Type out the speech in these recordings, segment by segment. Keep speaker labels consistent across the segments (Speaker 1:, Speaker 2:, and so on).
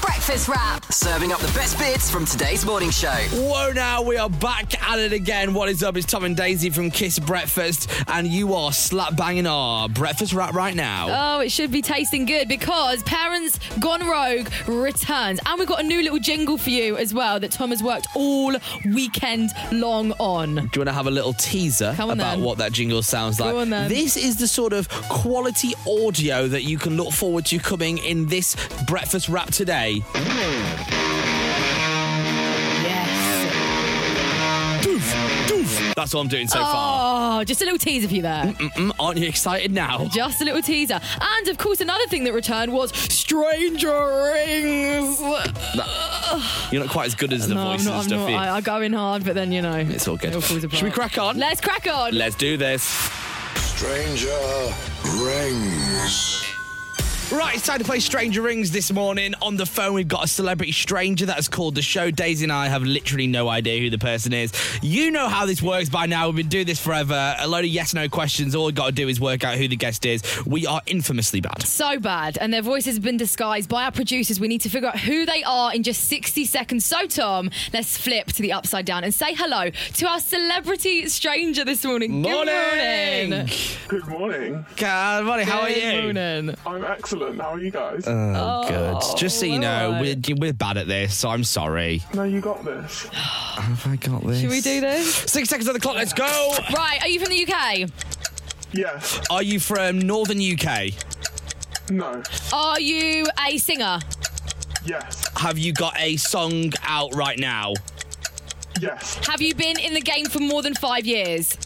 Speaker 1: Breakfast Wrap.
Speaker 2: Serving up the best bits from today's morning show.
Speaker 3: Whoa, now we are back at it again. What is up? It's Tom and Daisy from Kiss Breakfast, and you are slap banging our breakfast wrap right now.
Speaker 1: Oh, it should be tasting good because Parents Gone Rogue returns. And we've got a new little jingle for you as well that Tom has worked all weekend long on.
Speaker 3: Do you want to have a little teaser
Speaker 1: Come
Speaker 3: about
Speaker 1: on then.
Speaker 3: what that jingle sounds like?
Speaker 1: Go on then.
Speaker 3: This is the sort of quality audio that you can look forward to coming in this breakfast wrap today.
Speaker 1: Yes.
Speaker 3: Doof, doof. That's all I'm doing so far.
Speaker 1: Oh, just a little teaser for you there.
Speaker 3: Mm, aren't you excited now?
Speaker 1: Just a little teaser. And of course, another thing that returned was Stranger Rings.
Speaker 3: You're not quite as good as the
Speaker 1: no,
Speaker 3: voice
Speaker 1: I'm
Speaker 3: and
Speaker 1: not. I'm
Speaker 3: stuff.
Speaker 1: not.
Speaker 3: you-
Speaker 1: I, I go in hard, but then, you know.
Speaker 3: it's all good.
Speaker 1: it all falls apart.
Speaker 3: Should we crack on?
Speaker 1: Let's crack on.
Speaker 3: Let's do this.
Speaker 4: Stranger Rings.
Speaker 3: Right, it's time to play Stranger Rings this morning. On the phone, we've got a celebrity stranger that has called the show. Daisy and I have literally no idea who the person is. You know how this works by now. We've been doing this forever. A load of yes no questions. All we've got to do is work out who the guest is. We are infamously bad.
Speaker 1: so bad, and their voices have been disguised by our producers. We need to figure out who they are in just 60 seconds. So, Tom, let's flip to the upside down and say hello to our celebrity stranger this morning. Good morning.
Speaker 5: Good morning.
Speaker 3: God, morning. How are you?
Speaker 1: Morning.
Speaker 5: I'm excellent. How are you guys?
Speaker 3: Oh, good. Just so you know,
Speaker 1: alright.
Speaker 3: we're, we're bad at this, so I'm sorry.
Speaker 5: no, you got this.
Speaker 3: Have I got this?
Speaker 1: Should we do this?
Speaker 3: Six seconds on the clock. Let's go.
Speaker 1: Right, are you from the UK?
Speaker 5: Yes.
Speaker 3: Are you from Northern UK?
Speaker 5: No.
Speaker 1: Are you a singer?
Speaker 5: Yes.
Speaker 3: Have you got a song out right now?
Speaker 5: Yes.
Speaker 1: Have you been in the game for more than five years?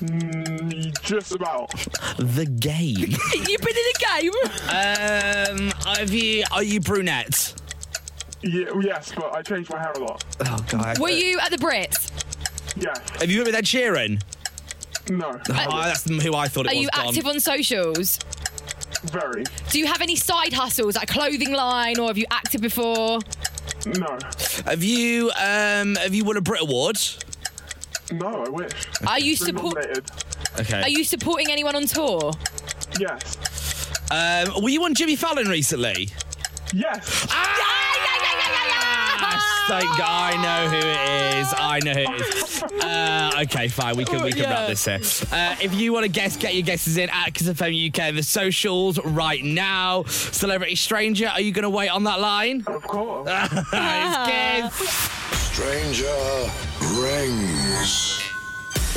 Speaker 5: Mm, just about.
Speaker 3: The game.
Speaker 1: You've been in the game?
Speaker 3: um, have you? Are you brunette?
Speaker 5: Ye- yes, but I changed my hair a lot.
Speaker 3: Oh God.
Speaker 1: Were you at the Brits?
Speaker 5: Yes.
Speaker 3: Have you met with Ed Sheeran?
Speaker 5: No.
Speaker 3: oh, that's who I thought it
Speaker 1: Uh, Are
Speaker 3: was.
Speaker 1: you
Speaker 3: Dom.
Speaker 1: active on socials?
Speaker 5: Very.
Speaker 1: Do you have any side hustles, like clothing line, or have you acted before?
Speaker 5: No.
Speaker 3: Have you? Um, have you won a Brit Award?
Speaker 5: No, I wish.
Speaker 1: Are you
Speaker 5: Been
Speaker 1: support?
Speaker 5: nominated.
Speaker 3: Okay.
Speaker 1: Are you supporting anyone on tour?
Speaker 5: Yes.
Speaker 3: Um, were you on Jimmy Fallon recently?
Speaker 5: Yes.
Speaker 3: Ah, Thank God, I know who it is. I know who it is. Uh, okay, fine. We can we can wrap this here. Uh, if you want to guess, get your guesses in at Kiss FM UK, the socials right now. Celebrity Stranger, are you going to wait on that line?
Speaker 5: Of course.
Speaker 3: It's Kiss.
Speaker 4: Stranger Rings.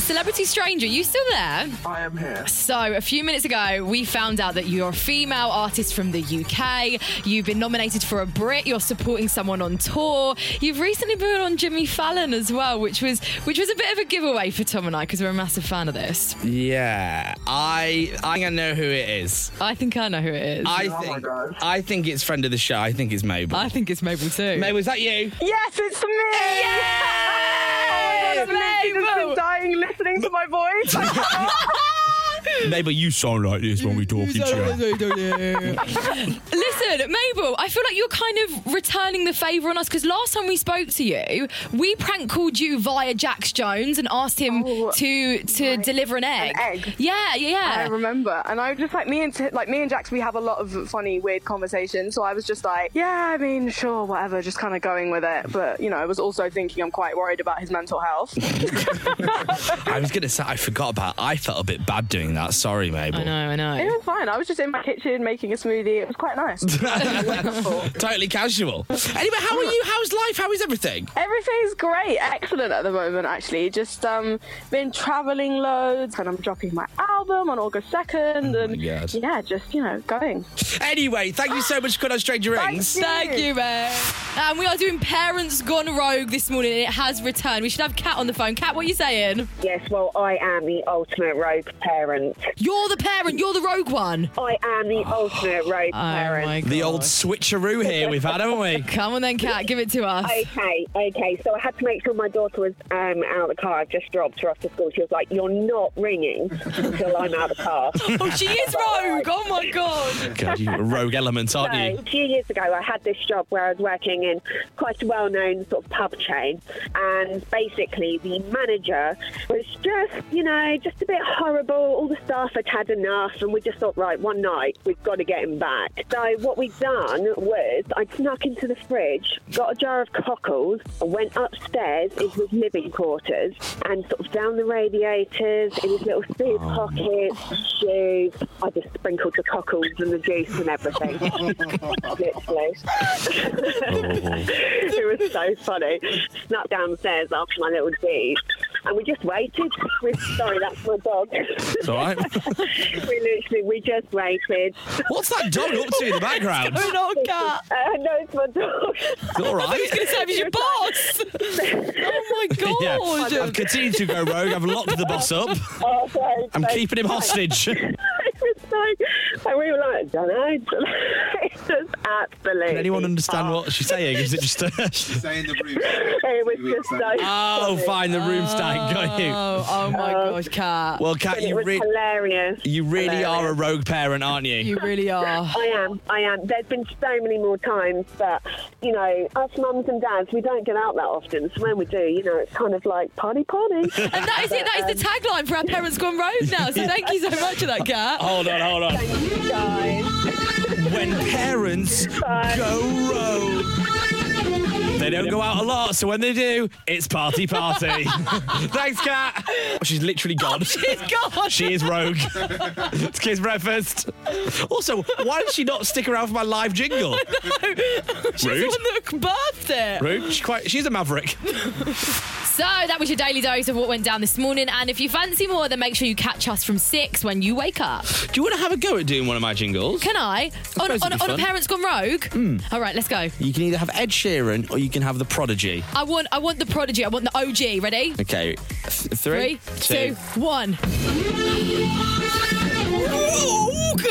Speaker 1: Celebrity stranger, you still there?
Speaker 5: I am here.
Speaker 1: So a few minutes ago, we found out that you're a female artist from the UK. You've been nominated for a Brit. You're supporting someone on tour. You've recently been on Jimmy Fallon as well, which was which was a bit of a giveaway for Tom and I because we're a massive fan of this.
Speaker 3: Yeah, I I think I know who it is.
Speaker 1: I think I know who it is. I,
Speaker 3: I
Speaker 5: Oh my
Speaker 3: think
Speaker 5: God.
Speaker 3: I think it's friend of the show. I think it's Mabel.
Speaker 1: think it's Mabel too.
Speaker 3: Mabel, is that you?
Speaker 6: Yes, it's me.
Speaker 3: Yes!
Speaker 6: I've literally just been
Speaker 1: Mabel.
Speaker 6: dying listening to my voice.
Speaker 3: Mabel, you sound like this when we talk to you.
Speaker 1: Listen, Mabel, I feel like you're kind of returning the favour on us because last time we spoke to you, we prank called you via Jax Jones and asked him
Speaker 6: Oh,
Speaker 1: to to deliver an egg.
Speaker 6: egg.
Speaker 1: Yeah, yeah,
Speaker 6: I
Speaker 1: yeah.
Speaker 6: remember, and I was just like me and Ti- like me and Jax. We have a lot of funny, weird conversations. So I was just like, yeah, I mean, sure, whatever, just kind of going with it. But you know, I was also thinking I'm quite worried about his mental health.
Speaker 3: I was gonna say I forgot about. I felt a bit bad doing that. Sorry, Mabel.
Speaker 1: I know, I
Speaker 6: it
Speaker 1: know.
Speaker 6: was fine. I was just in my kitchen making a smoothie. It was quite nice.
Speaker 3: Totally casual. Anyway, how are you? How's life? How is everything?
Speaker 6: Everything's great, excellent at the moment. Actually, just um, been traveling loads, and I'm dropping my album on August second, and
Speaker 3: God.
Speaker 6: yeah, just you know, going.
Speaker 3: Anyway, thank you so much for coming on Stranger Rings.
Speaker 1: Thank you, Mabel. And we are doing Parents Gone Rogue this morning, and it has returned. We should have Kat on the phone. Kat, what are you saying?
Speaker 7: Yes, well, I am the ultimate rogue parent.
Speaker 1: You're the parent. You're the rogue one.
Speaker 7: I am the ultimate rogue
Speaker 1: Oh
Speaker 7: parent.
Speaker 3: The old switcheroo here we've had, haven't we?
Speaker 1: Come on then, Cat. Give it to us.
Speaker 7: Okay, okay. So I had to make sure my daughter was um, out of the car. I've just dropped her off to school. She was like, "You're not ringing until I'm out of the car."
Speaker 1: Oh, she is rogue. Oh my god.
Speaker 3: God, you rogue element, aren't
Speaker 7: So,
Speaker 3: you?
Speaker 7: a few years ago, I had this job where I was working in quite a well known sort of pub chain. And basically, the manager was just, you know, just a bit horrible. All the staff had had enough. And we just thought, right, one night, we've got to get him back. So, what we'd done was I snuck into the fridge, got a jar of cockles, went upstairs into his living quarters and sort of down the radiators in his little suit pockets, shoes. I just sprinkled the cockles and the juice and everything. Literally.
Speaker 3: Oh.
Speaker 7: it was so funny. Snuck downstairs after my little deed. And we just waited. we sorry, that's my dog.
Speaker 3: It's all right.
Speaker 7: we literally, we just waited.
Speaker 3: What's that dog up to in the background?
Speaker 1: Oh, not cat.
Speaker 7: Uh, no, it's my dog.
Speaker 3: It's all right.
Speaker 1: It's gonna your boss. oh my
Speaker 3: Yeah.
Speaker 1: god.
Speaker 3: I've continued to go rogue. I've locked the boss up.
Speaker 7: Oh, sorry.
Speaker 3: I'm
Speaker 7: So
Speaker 3: keeping him hostage. Can
Speaker 7: It was so, and we were like, don't know. It's just absolutely.
Speaker 3: anyone understand what she's saying? Is it just a...
Speaker 8: Stay in the room.
Speaker 7: It was just so.
Speaker 3: Oh, fine, the room stank. Got you.
Speaker 1: Oh, oh my gosh, cat.
Speaker 3: Well, Kat,
Speaker 7: It
Speaker 3: you,
Speaker 7: was
Speaker 3: re-
Speaker 7: hilarious.
Speaker 3: you really are a rogue parent, aren't you?
Speaker 1: You really are.
Speaker 7: I am, I am. There's been so many more times that, you know, us mums and dads, we don't get out that often. So when we do, you know, it's kind of like party, party.
Speaker 1: And that is it. That is the tagline for our parents gone rogue now. So thank you so much for that, cat.
Speaker 3: Hold on, hold on.
Speaker 7: you guys.
Speaker 3: When parents go rogue, they don't go out a lot. So when they do, it's party, party. Thanks, Kat. Oh, she's literally gone.
Speaker 1: She's gone.
Speaker 3: She is rogue. it's kids breakfast. Also, why did she not stick around for my live jingle?
Speaker 1: She's
Speaker 3: Rude.
Speaker 1: the one that birthed it.
Speaker 3: Rude. She's quite. She's a maverick.
Speaker 1: So that was your daily dose of what went down this morning. And if you fancy more, then make sure you catch us from six when you wake up.
Speaker 3: Do you want to have a go at doing one of my jingles?
Speaker 1: Can I? On,
Speaker 3: suppose
Speaker 1: on,
Speaker 3: it'd be
Speaker 1: on a
Speaker 3: fun.
Speaker 1: parents gone rogue. All right, let's go.
Speaker 3: You can either have Ed Sheeran or you can have the Prodigy.
Speaker 1: I want, I want the prodigy. I want the OG. Ready?
Speaker 3: Okay, th-
Speaker 1: Three,
Speaker 3: three,
Speaker 1: two, one. Rogue!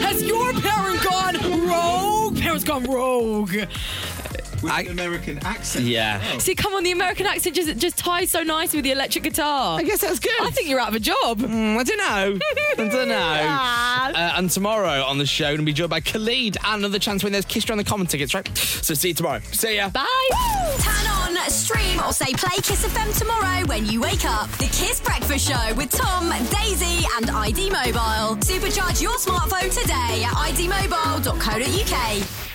Speaker 1: Has your parent gone rogue? Parents gone rogue.
Speaker 8: With
Speaker 3: I-
Speaker 8: an American accent.
Speaker 3: Yeah.
Speaker 1: See, come on, the American accent just, just ties so nicely with the electric guitar.
Speaker 3: I guess that's good.
Speaker 1: I think you're out of a job.
Speaker 3: Mm, I don't know. I don't know. Uh, and tomorrow on the show, we're going to be joined by Khalid and another chance to win those Kiss Around the Common tickets, right? So see you tomorrow. See ya.
Speaker 1: Bye.
Speaker 9: Turn on, stream, or say play Kiss FM tomorrow when you wake up. The Kiss Breakfast Show with Tom, Daisy, and ID Mobile. Supercharge your smartphone today at idmobile.co.uk.